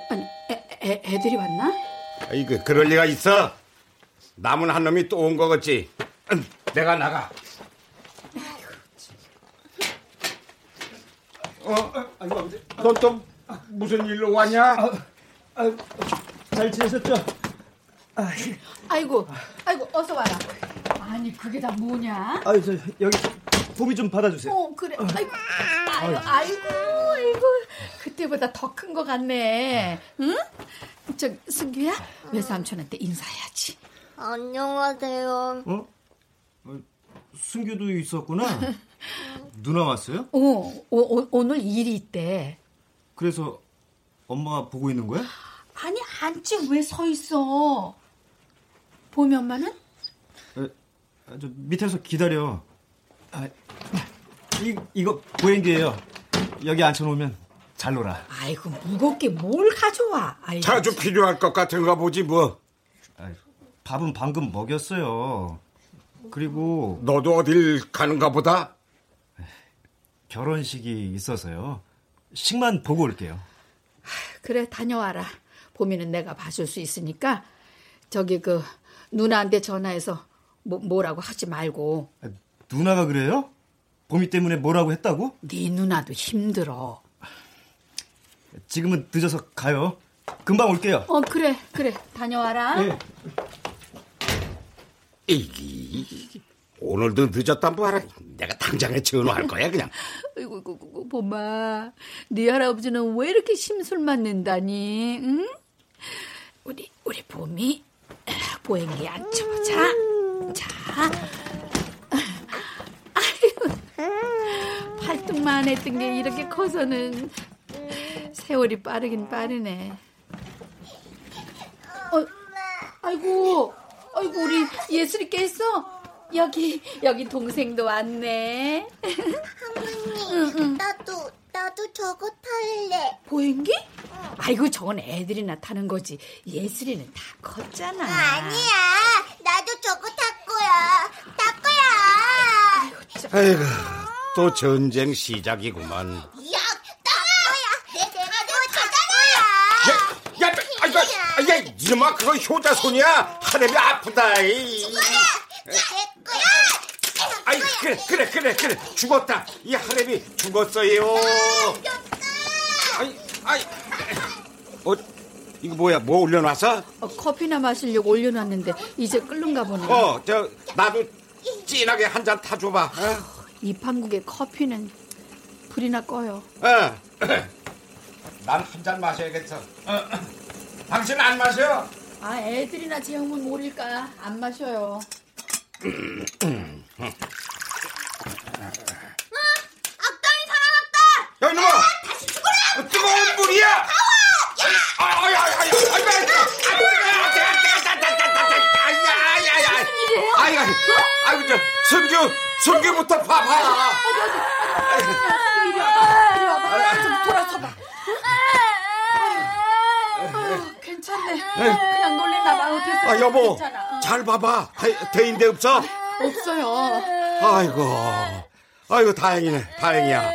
Speaker 3: 애, 애, 애들이 왔나?
Speaker 2: 아이고 그럴 리가 있어. 남은 한 놈이 또 온 거겠지. 음, 내가 나가. 어, 넌또 무슨 일로 왔냐?
Speaker 12: 잘 지내셨죠?
Speaker 3: 아이고 아이고 어서 와라. 아니 그게 다 뭐냐?
Speaker 12: 아유, 저 여기 도미 좀 받아주세요.
Speaker 3: 어 그래. 아이고 아이고 아이고, 아이고. 그때보다 더 큰 거 같네. 응? 저 승규야 외삼촌한테 인사해야지.
Speaker 4: 안녕하세요.
Speaker 12: 어? 어, 승규도 있었구나. 누나 왔어요?
Speaker 3: 어, 오, 오- 오늘 일이 있대.
Speaker 12: 그래서 엄마가 보고 있는 거야?
Speaker 3: 아니, 앉지 왜 서 있어? 보미 엄마는?
Speaker 12: 에, 아, 저 밑에서 기다려. 아, 이, 이거 보행기예요. 여기 앉혀놓으면 잘 놀아.
Speaker 3: 아이고, 무겁게 뭘 가져와. 아이고.
Speaker 2: 자주 필요할 것 같은가 보지 뭐.
Speaker 12: 밥은 방금 먹였어요. 그리고
Speaker 2: 너도 어딜 가는가 보다.
Speaker 12: 결혼식이 있어서요. 식만 보고 올게요.
Speaker 3: 그래, 다녀와라. 보미는 내가 봐줄 수 있으니까, 저기 그, 누나한테 전화해서 뭐, 뭐라고 하지 말고.
Speaker 12: 아, 누나가 그래요? 보미 때문에 뭐라고 했다고?
Speaker 3: 네 누나도 힘들어.
Speaker 12: 지금은 늦어서 가요. 금방 올게요.
Speaker 3: 어, 그래, 그래. 다녀와라.
Speaker 12: 예.
Speaker 2: 이기 오늘도 늦었단 말이야. 내가 당장에 전화할 거야 그냥.
Speaker 3: 아이고, 아이고, 아이고, 보마. 네 할아버지는 왜 이렇게 심술만 낸다니? 응? 우리 우리 봄이 보행기 앉혀보자. 자, 아유, 팔뚝만 했던 게 이렇게 커서는 세월이 빠르긴 빠르네. 어, 아이고, 아이고 우리 예술이 깼어? 여기 여기 동생도 왔네.
Speaker 4: 할머니, 나도, 나도 저거 탈래.
Speaker 3: 보행기? 아이고 저건 애들이나 타는 거지. 예술이는 다 컸잖아.
Speaker 4: 아니야, 나도 저거 탈 거야. 탈 거야.
Speaker 2: 아이고, 또 전쟁 시작이구만.
Speaker 4: 야, 탈 거야. 내 생각도
Speaker 2: 야,
Speaker 4: 타잖아.
Speaker 2: 야, 아이고, 야, 이놈아, 그거 효자 손이야. 하렘이 아프다. 이. 아이, 그래, 그래, 그래, 그래. 죽었다. 이 하렘이 죽었어요. 아이, 아이. 어, 이거 뭐야? 뭐 올려놨어?
Speaker 3: 어, 커피나 마시려고 올려놨는데 이제 끓는가 보네.
Speaker 2: 어, 저, 나도 진하게 한 잔 타줘봐. 어?
Speaker 3: 이 판국에 커피는 불이나 꺼요.
Speaker 2: 어. 난 한 잔 마셔야겠어. 어. 당신 안 마셔?
Speaker 3: 아 애들이나 제 형은 모를까 안 마셔요.
Speaker 4: 악당이 살아났다.
Speaker 2: 야, 이놈아!
Speaker 4: 다시 죽어라.
Speaker 2: 뜨거운 물이야! 아이고, 아이고, 아이고, 아이고, 아이고, 아이고, 아이고, 아이고, 아이고, 저, 승규, 승규부터 봐봐.
Speaker 3: 이리 와봐, 이리 와봐. 좀 돌아서봐. 아유, 괜찮네. 그냥 놀랬나 봐. 어디서.
Speaker 2: 아, 여보,
Speaker 3: 괜찮아. 어.
Speaker 2: 잘 봐봐. 대인대 없어?
Speaker 3: 없어요.
Speaker 2: 아이고, 아이고, 다행이네, 다행이야.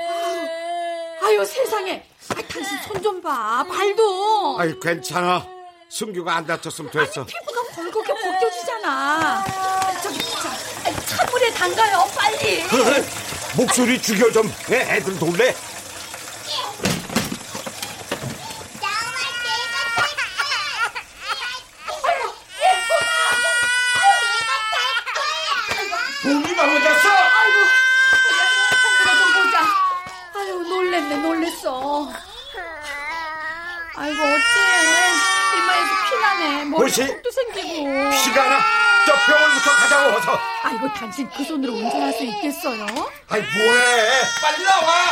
Speaker 3: 아유, 세상에. 아, 당신 손 좀 봐. 발도.
Speaker 2: 아이, 괜찮아. 승규가 안 다쳤으면 됐어.
Speaker 3: 피부가 벌겋게 벗겨지잖아. 저기, 자, 아이, 찬물에 담가요, 빨리.
Speaker 2: 그래, 목소리 죽여 좀. 애- 애들 놀래? 몸이 망가졌어!
Speaker 3: 아이고, 내가 좀 보자. 아유, 놀랬네, 놀랬어. 아이고, 어째. 이마에서 피나네. 머리
Speaker 2: 뭐지?
Speaker 3: 도 생기고.
Speaker 2: 피가 나? 저 병원부터 가자고, 어서.
Speaker 3: 아이고, 당신 그 손으로 운전할 수 있겠어요?
Speaker 2: 아이, 뭐해. 빨리 나와!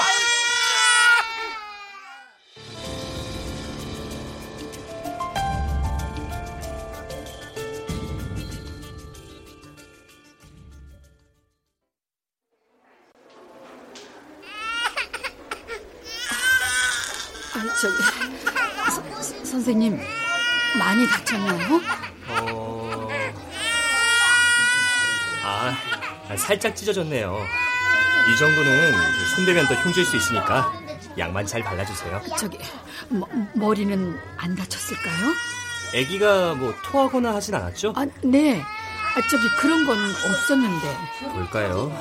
Speaker 3: 아니, 저기. 서- 선생님, 많이 다쳤나요?
Speaker 10: 어... 아, 아, 살짝 찢어졌네요. 이 정도는 손대면 더 흉질 수 있으니까 약만 잘 발라주세요.
Speaker 3: 저기, 머, 머리는 안 다쳤을까요?
Speaker 10: 아기가 뭐 토하거나 하진 않았죠?
Speaker 3: 아, 네. 아, 저기, 그런 건 없었는데.
Speaker 10: 볼까요?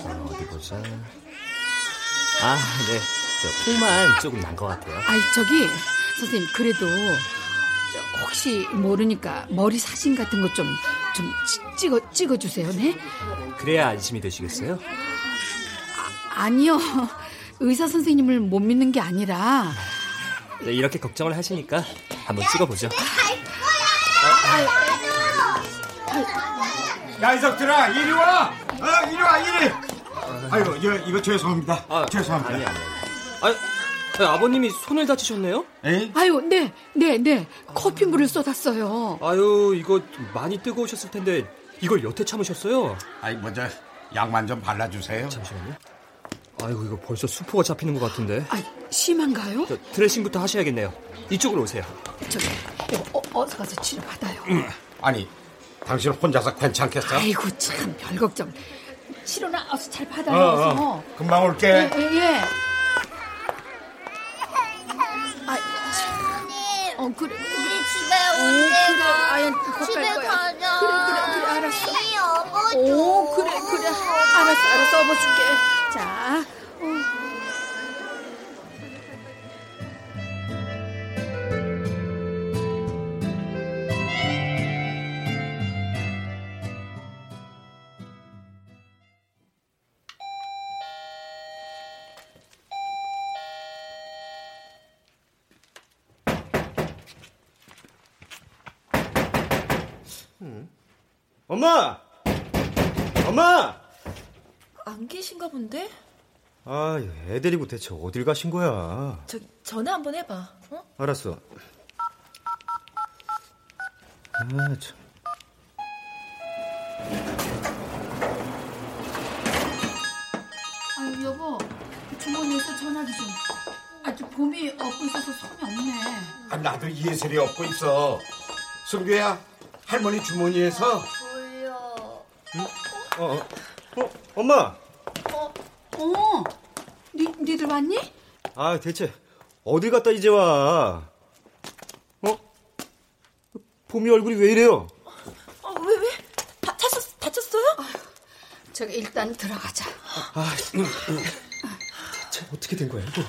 Speaker 10: 어, 어디 보자. 아, 네. 저 코만 조금 난 것 같아요.
Speaker 3: 아이 저기 선생님 그래도 저 혹시 모르니까 머리 사진 같은 거 좀 좀 찍어 찍어 주세요. 네?
Speaker 10: 그래야 안심이 되시겠어요?
Speaker 3: 아니요. 의사 선생님을 못 믿는 게 아니라
Speaker 10: 네, 이렇게 걱정을 하시니까 한번 찍어보죠.
Speaker 2: 야, 이석들아, 이리 와! 어, 이리 와, 이리! 아이고, 이거, 이거 죄송합니다. 죄송합니다.
Speaker 10: 아니, 아니. 아, 아버님이 손을 다치셨네요?
Speaker 2: 에이?
Speaker 3: 아유, 네. 네, 네. 커피물을 쏟았어요.
Speaker 10: 아유, 이거 많이 뜨거우셨을 텐데 이걸 여태 참으셨어요?
Speaker 2: 아이, 먼저 약만 좀 발라주세요.
Speaker 10: 잠시만요. 아이고, 이거 벌써 수포가 잡히는 것 같은데.
Speaker 3: 아, 심한가요?
Speaker 10: 저, 드레싱부터 하셔야겠네요. 이쪽으로 오세요.
Speaker 3: 저기 어, 어, 어서 가서 치료 받아요.
Speaker 2: 음. 아니, 당신 혼자서 괜찮겠어?
Speaker 3: 아이고 참 별 걱정. 치료나 어서 잘
Speaker 2: 어,
Speaker 3: 받아요.
Speaker 2: 어,
Speaker 3: 어서.
Speaker 2: 금방 올게.
Speaker 3: 예, 예, 예. 아, 참. 어, 그래, 그래, 그래.
Speaker 4: 집에
Speaker 3: 오, 그래.
Speaker 4: 오세요.
Speaker 3: 아야, 곧
Speaker 4: 집에
Speaker 3: 갈 거야.
Speaker 4: 가자.
Speaker 3: 그래, 그래, 그래, 알았어.
Speaker 4: 빨리 업어줘.
Speaker 3: 오, 그래, 그래. 알았어, 알았어. 업어줄게. 자. 어.
Speaker 12: 엄마! 엄마!
Speaker 13: 안 계신가 본데?
Speaker 2: 아, 애 데리고 대체 어딜 가신 거야?
Speaker 14: 저 전화 한번 해봐. 어?
Speaker 2: 알았어. 아, 참.
Speaker 3: 아유 여보 주머니에서 전화기 좀. 아주 봄이 업고 있어서 손이 없네.
Speaker 9: 아, 나도 예술이 없고 있어. 승규야, 할머니 주머니에서.
Speaker 2: 어, 어, 어, 엄마.
Speaker 3: 어, 니, 니들 왔니?
Speaker 2: 아, 대체 어딜 갔다 이제 와? 어? 봄이 얼굴이 왜 이래요?
Speaker 3: 어, 왜, 왜? 다, 다쳤, 다쳤어요? 저기 일단 들어가자.
Speaker 2: 아, 대체 어떻게 된 거야 이거?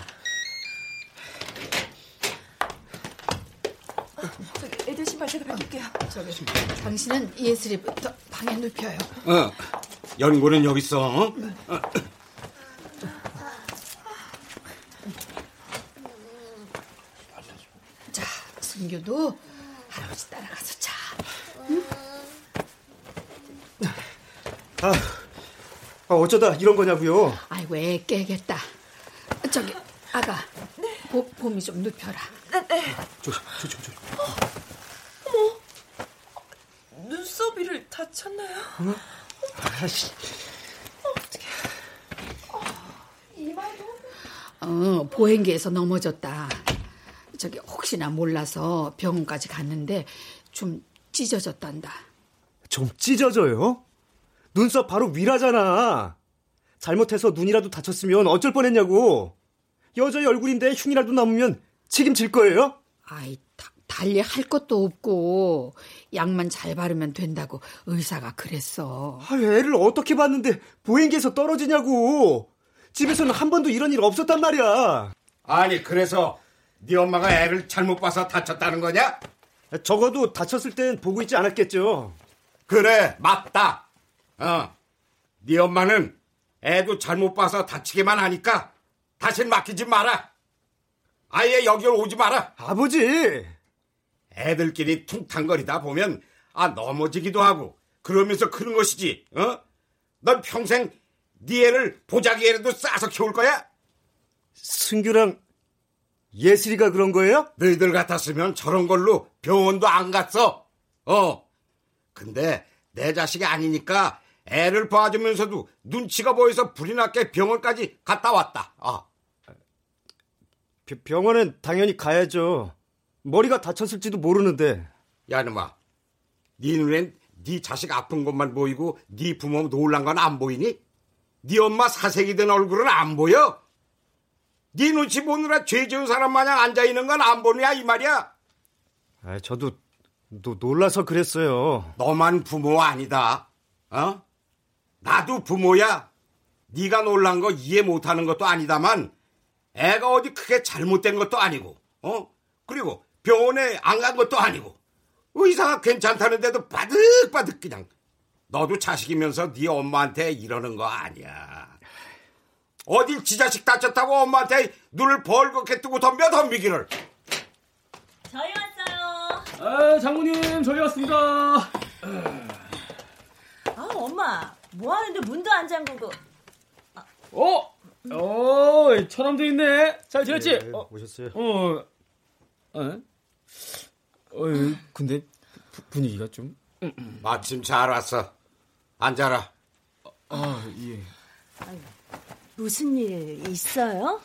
Speaker 14: 저기 애들 신발 제가 바꿀게요.
Speaker 3: 저기, 당신은 예슬이부터 방에 눕혀요.
Speaker 9: 어, 연고는 여기 있어. 어? 어,
Speaker 3: 자, 순교도 할아버지 따라가서 자.
Speaker 2: 아, 아, 어쩌다 이런 거냐고요?
Speaker 3: 아이고, 애 깨겠다. 저기, 아가,
Speaker 14: 네.
Speaker 3: 보, 봄이 좀 눕혀라.
Speaker 2: 조심, 조심, 조심.
Speaker 14: 어, 눈썹이를 다쳤나요?
Speaker 2: 아씨,
Speaker 14: 어,
Speaker 3: 어, 보행기에서 넘어졌다. 저기, 혹시나 몰라서 병원까지 갔는데 좀 찢어졌단다.
Speaker 2: 좀 찢어져요? 눈썹 바로 위라잖아. 잘못해서 눈이라도 다쳤으면 어쩔 뻔했냐고. 여자의 얼굴인데 흉이라도 남으면 책임질 거예요?
Speaker 3: 아이, 다- 달리 할 것도 없고, 약만 잘 바르면 된다고 의사가 그랬어.
Speaker 2: 아, 애를 어떻게 봤는데 보행기에서 떨어지냐고. 집에서는 한 번도 이런 일 없었단 말이야.
Speaker 9: 아니, 그래서 네 엄마가 애를 잘못 봐서 다쳤다는 거냐?
Speaker 2: 적어도 다쳤을 땐 보고 있지 않았겠죠.
Speaker 9: 그래, 맞다. 어, 네 엄마는 애도 잘못 봐서 다치기만 하니까 다신 맡기지 마라. 아예 여길 오지 마라.
Speaker 2: 아버지!
Speaker 9: 애들끼리 퉁탕거리다 보면 아 넘어지기도 하고 그러면서 크는 것이지. 어? 넌 평생 네 애를 보자기에라도 싸서 키울 거야?
Speaker 2: 승규랑 예슬이가 그런 거예요?
Speaker 9: 너희들 같았으면 저런 걸로 병원도 안 갔어. 어. 근데 내 자식이 아니니까 애를 봐주면서도 눈치가 보여서 불이 났게 병원까지 갔다 왔다. 아.
Speaker 2: 비- 병원엔 당연히 가야죠. 머리가 다쳤을지도 모르는데.
Speaker 9: 야, 놈아. 네 눈엔 네 자식 아픈 것만 보이고 네 부모 놀란 건 안 보이니? 네 엄마 사색이 된 얼굴은 안 보여? 네 눈치 보느라 죄 지은 사람 마냥 앉아있는 건 안 보느냐 이 말이야?
Speaker 2: 아, 저도 노- 놀라서 그랬어요.
Speaker 9: 너만 부모 아니다. 어? 나도 부모야. 네가 놀란 거 이해 못하는 것도 아니다만 애가 어디 크게 잘못된 것도 아니고 어? 그리고 병원에 안 간 것도 아니고 의사가 괜찮다는데도 바득바득 그냥 너도 자식이면서 네 엄마한테 이러는 거 아니야. 어딜 지 자식 다쳤다고 엄마한테 눈을 벌겋게 뜨고 덤벼 덤비기를.
Speaker 14: 저희 왔어요.
Speaker 6: 아, 장모님, 저희 왔습니다.
Speaker 1: 아, 엄마. 뭐 하는데 문도 안 잠그고.
Speaker 6: 어? 어, 천암도 있네. 잘 지냈지?
Speaker 2: 네,
Speaker 6: 어,
Speaker 2: 오셨어요.
Speaker 6: 어, 어, 어, 근데 부- 분위기가 좀.
Speaker 9: 마침 잘 왔어. 앉아라.
Speaker 6: 아, 예.
Speaker 1: 무슨 일 있어요?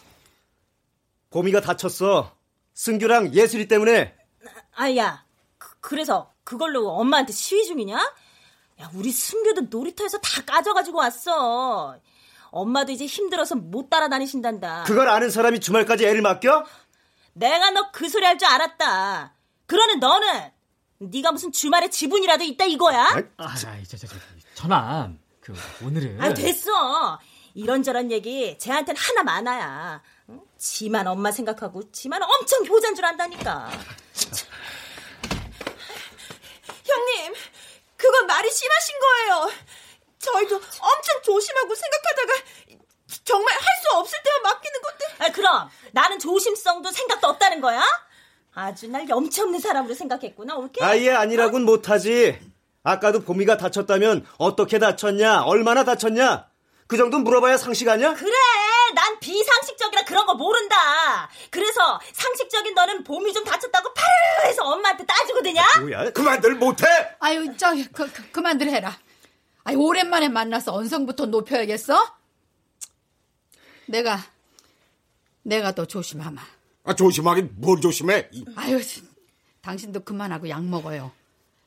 Speaker 2: 봄이가 다쳤어. 승규랑 예슬이 때문에.
Speaker 1: 아, 야. 그, 그래서 그걸로 엄마한테 시위 중이냐? 야, 우리 순교도 놀이터에서 다 까져가지고 왔어. 엄마도 이제 힘들어서 못 따라다니신단다.
Speaker 2: 그걸 아는 사람이 주말까지 애를 맡겨?
Speaker 1: 내가 너 그 소리 할 줄 알았다. 그러는 너는 네가 무슨 주말에 지분이라도 있다 이거야?
Speaker 6: 아, 저, 저, 저, 천암. 그, 오늘은.
Speaker 14: 예.
Speaker 1: 아 됐어. 이런저런 얘기 쟤한텐 하나 많아야. 응? 지만 엄마 생각하고 지만 엄청 효자인 줄 안다니까.
Speaker 14: 형님, 그건 말이 심하신 거예요. 저희도 엄청 조심하고 생각하다가 정말 할 수 없을 때만 맡기는 건데.
Speaker 1: 아, 그럼 나는 조심성도 생각도 없다는 거야? 아주 날 염치없는 사람으로 생각했구나. 올게.
Speaker 2: 아예 아니라고는 못하지. 아까도 봄이가 다쳤다면 어떻게 다쳤냐, 얼마나 다쳤냐. 그 정도 물어봐야 상식 아니야?
Speaker 1: 그래, 난 비상식적이라 그런 거 모른다. 그래서 상식적인 너는 봄이 좀 다쳤다고 파르해서 엄마한테 따지거든요.
Speaker 9: 뭐야? 그만들 못해?
Speaker 3: 아유, 저, 그, 그, 그만들 해라. 아유, 오랜만에 만나서 언성부터 높여야겠어? 내가, 내가 더 조심하마.
Speaker 9: 아, 조심하긴 뭘 조심해? 이-
Speaker 3: 아유, 진- 당신도 그만하고 약 먹어요.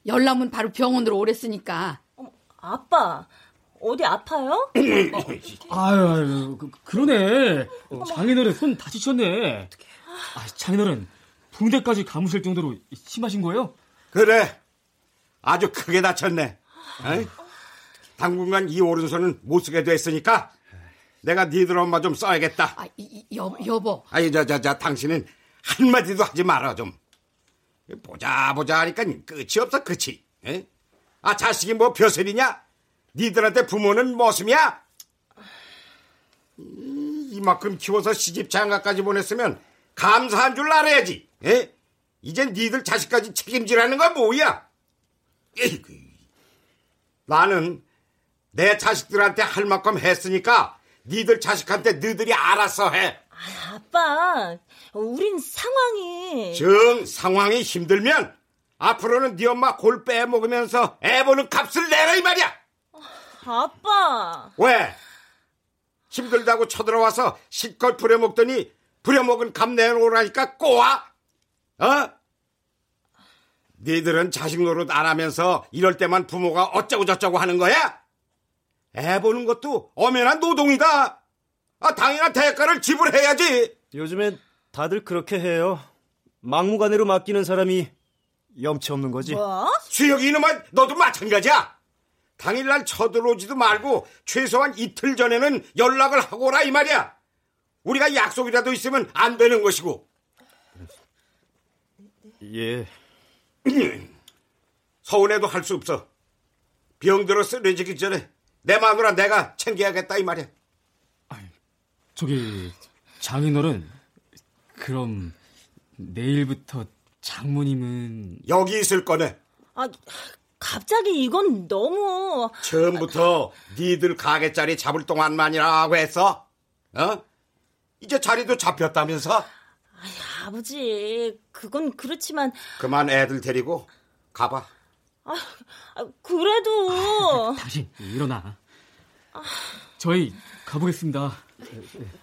Speaker 3: 열나면 바로 병원으로 오랬으니까.
Speaker 1: 아빠, 어디 아파요?
Speaker 6: 아유, 아유 그, 그러네. 장인어른 손 다치셨네. 아, 장인어른 붕대까지 감으실 정도로 심하신 거예요?
Speaker 9: 그래. 아주 크게 다쳤네. 에이? 당분간 이 오른손은 못 쓰게 됐으니까 내가 니들 엄마 좀 써야겠다.
Speaker 3: 아, 이- 이- 여, 여보.
Speaker 9: 아니 저저저 당신은 한마디도 하지 마라 좀. 보자 보자 하니까 끝이 없어 끝이. 에? 아 자식이 뭐 벼슬이냐? 니들한테 부모는 머슴이야? 이- 이만큼 키워서 시집 장가까지 보냈으면 감사한 줄 알아야지. 에? 이젠 니들 자식까지 책임지라는 건 뭐야? 에이구. 나는 내 자식들한테 할 만큼 했으니까 니들 자식한테 너들이 알아서 해.
Speaker 1: 아빠, 우린 상황이.
Speaker 9: 정 상황이 힘들면 앞으로는 네 엄마 골 빼먹으면서 애 보는 값을 내라 이 말이야.
Speaker 1: 아빠.
Speaker 9: 왜? 힘들다고 쳐들어와서 실컷 부려먹더니 부려먹은 값 내놓으라니까 꼬아? 어? 니들은 자식 노릇 안 하면서 이럴 때만 부모가 어쩌고저쩌고 하는 거야? 애 보는 것도 엄연한 노동이다. 아, 당연한 대가를 지불해야지.
Speaker 2: 요즘엔 다들 그렇게 해요. 막무가내로 맡기는 사람이 염치 없는 거지.
Speaker 9: 수혁이 이놈아 너도 마찬가지야. 당일날 쳐들어오지도 말고 최소한 이틀 전에는 연락을 하고 오라 이 말이야. 우리가 약속이라도 있으면 안 되는 것이고.
Speaker 2: 예.
Speaker 9: 서운해도 할 수 없어. 병들어 쓰러지기 전에 내 마누라 내가 챙겨야겠다 이 말이야.
Speaker 6: 저기 장인어른 그럼 내일부터 장모님은
Speaker 9: 여기 있을 거네.
Speaker 1: 아, 갑자기 이건 너무.
Speaker 9: 처음부터 니들 가게 자리 잡을 동안만이라고 했어. 어? 이제 자리도 잡혔다면서?
Speaker 1: 아버지, 그건 그렇지만.
Speaker 9: 그만 애들 데리고 가봐.
Speaker 1: 아, 그래도.
Speaker 6: 당신 일어나. 아. 저희 가보겠습니다.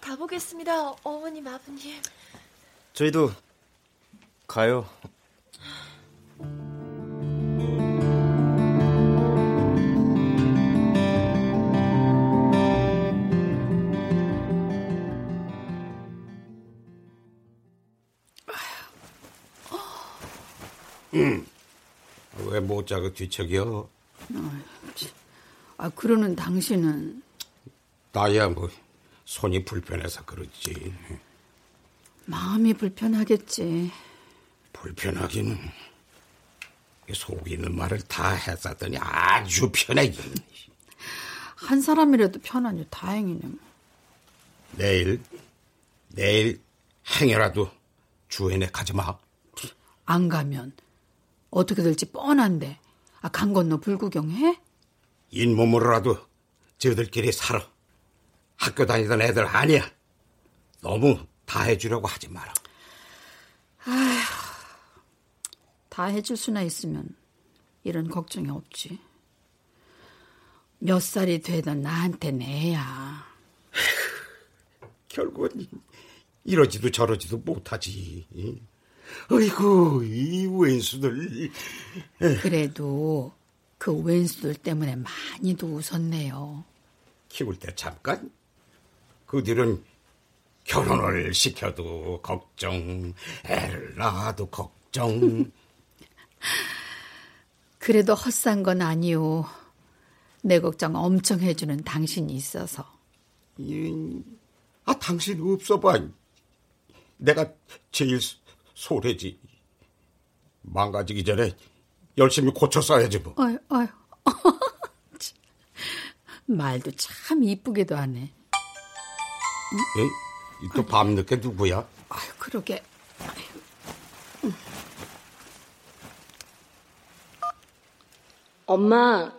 Speaker 15: 가보겠습니다, 어머님, 아버님.
Speaker 2: 저희도 가요.
Speaker 9: 음. 왜 못 자고 뒤척여?
Speaker 3: 아, 그러는 당신은.
Speaker 9: 나야 뭐 손이 불편해서 그렇지.
Speaker 3: 마음이 불편하겠지.
Speaker 9: 불편하기는 이 속이는 말을 다 했었더니 아주 편해.
Speaker 3: 한 사람이라도 편하니 다행이네.
Speaker 9: 내일 내일 행여라도 주인에 가지 마.
Speaker 3: 안 가면 어떻게 될지 뻔한데. 아, 강 건너 불구경해?
Speaker 9: 잇몸으로라도 저들끼리 살아. 학교 다니던 애들 아니야. 너무 다 해주려고 하지 마라.
Speaker 3: 아휴, 다 해줄 수나 있으면 이런 걱정이 없지. 몇 살이 되던 나한텐 애야.
Speaker 9: 결국은 이러지도 저러지도 못하지. 어이구 이 왼수들.
Speaker 3: 그래도 그 왼수들 때문에 많이도 웃었네요.
Speaker 9: 키울 때 잠깐 그 뒤는 결혼을 시켜도 걱정 애를 낳아도 걱정
Speaker 3: 그래도 헛산 건 아니오. 내 걱정 엄청 해주는 당신이 있어서.
Speaker 9: 이, 아 당신 없어봐 내가 아, 제일 소- 소래지 망가지기 전에 열심히 고쳐 써야지 뭐
Speaker 3: 어휴, 어휴. 말도 참 이쁘기도 하네.
Speaker 9: 예? 또 밤늦게 누구야?
Speaker 3: 아유, 그러게.
Speaker 1: 엄마,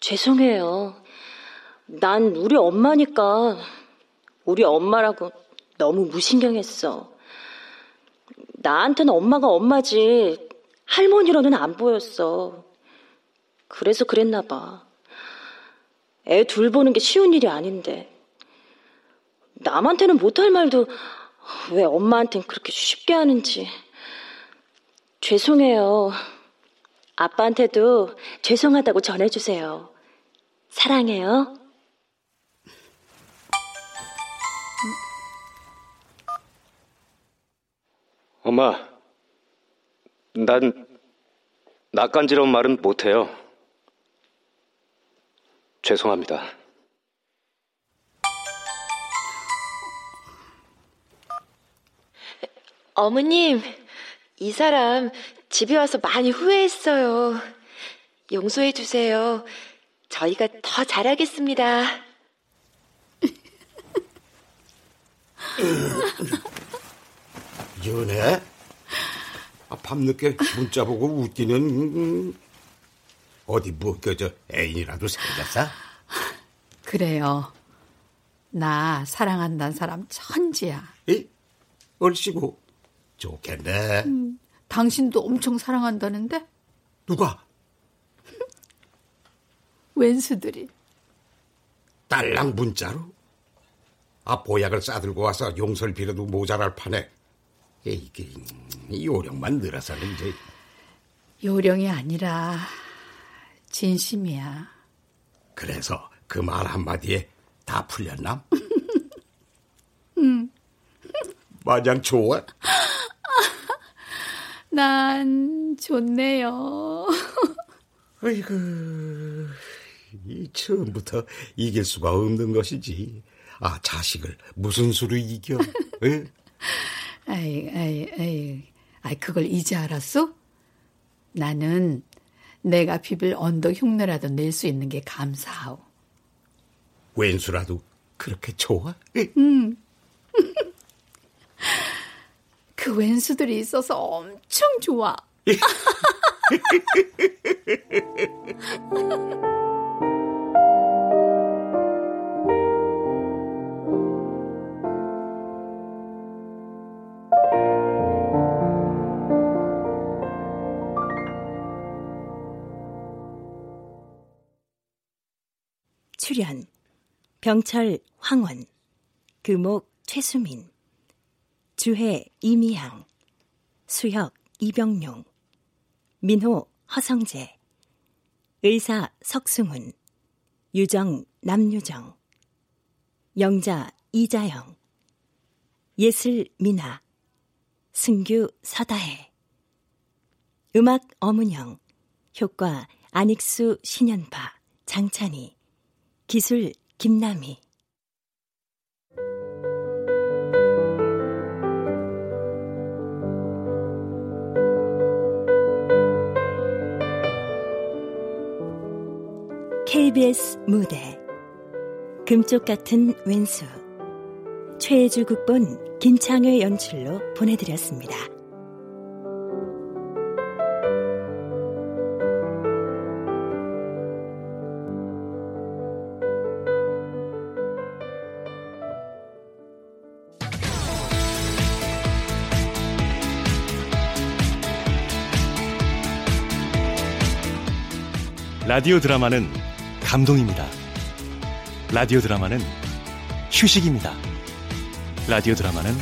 Speaker 1: 죄송해요. 난 우리 엄마니까
Speaker 16: 우리 엄마라고 너무 무신경했어. 나한테는 엄마가 엄마지 할머니로는 안 보였어. 그래서 그랬나 봐. 애 둘 보는 게 쉬운 일이 아닌데. 남한테는 못할 말도 왜 엄마한텐 그렇게 쉽게 하는지. 죄송해요. 아빠한테도 죄송하다고 전해주세요. 사랑해요.
Speaker 17: 엄마, 난 낯간지러운 말은 못해요. 죄송합니다.
Speaker 18: 어머님, 이 사람 집에 와서 많이 후회했어요. 용서해 주세요. 저희가 더 잘하겠습니다.
Speaker 2: 연애? 아, 밤늦게 문자 보고 웃기는 음. 어디 뭐저저 애인이라도 생겼어?
Speaker 3: 그래요. 나 사랑한다는 사람 천지야.
Speaker 2: 얼씨구 좋겠네.
Speaker 3: 음, 당신도 엄청 사랑한다는데?
Speaker 2: 누가?
Speaker 3: 웬수들이.
Speaker 2: 딸랑 문자로? 아 보약을 싸들고 와서 용서를 빌어도 모자랄 판에 예, 이게 이 요령만 늘어서는 이제
Speaker 3: 요령이 아니라 진심이야.
Speaker 2: 그래서 그 말 한마디에 다 풀렸나?
Speaker 3: 음,
Speaker 2: 마냥 좋아?
Speaker 3: 난 좋네요.
Speaker 2: 아이고, 이 처음부터 이길 수가 없는 것이지. 아 자식을 무슨 수로 이겨? 예?
Speaker 3: 아이, 아이, 아이, 아이, 그걸 이제 알았어? 나는 내가 비빌 언덕 흉내라도 낼 수 있는 게 감사하오.
Speaker 2: 왼수라도 그렇게 좋아?
Speaker 3: 음. 그 왼수들이 있어서 엄청 좋아.
Speaker 1: 출연 병철 황원 금옥 최수민 주혜 이미향 수혁 이병용 민호 허성재 의사 석승훈 유정 남유정 영자 이자영 예슬 미나 승규 서다혜 음악 어문영 효과 안익수 신현파 장찬희 기술 김남희 KBS 무대 금쪽 같은 왼수 최혜주 극본 김창의 연출로 보내드렸습니다.
Speaker 19: 라디오 드라마는 감동입니다. 라디오 드라마는 휴식입니다. 라디오 드라마는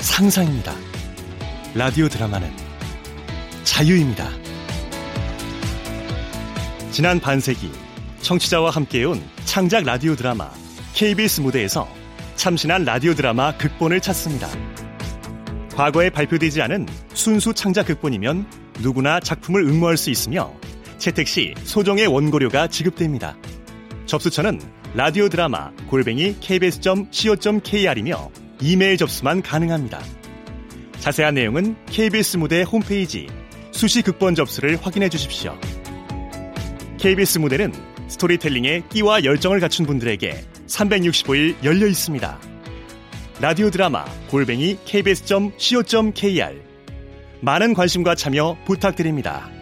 Speaker 19: 상상입니다. 라디오 드라마는 자유입니다. 지난 반세기 청취자와 함께해온 창작 라디오 드라마 KBS 무대에서 참신한 라디오 드라마 극본을 찾습니다. 과거에 발표되지 않은 순수 창작 극본이면 누구나 작품을 응모할 수 있으며 채택 시 소정의 원고료가 지급됩니다. 접수처는 라디오 드라마 골뱅이 kbs.co.kr이며 이메일 접수만 가능합니다. 자세한 내용은 KBS 무대 홈페이지 수시 극본 접수를 확인해 주십시오. KBS 무대는 스토리텔링에 끼와 열정을 갖춘 분들에게 365일 열려 있습니다. 라디오 드라마 골뱅이 kbs.co.kr 많은 관심과 참여 부탁드립니다.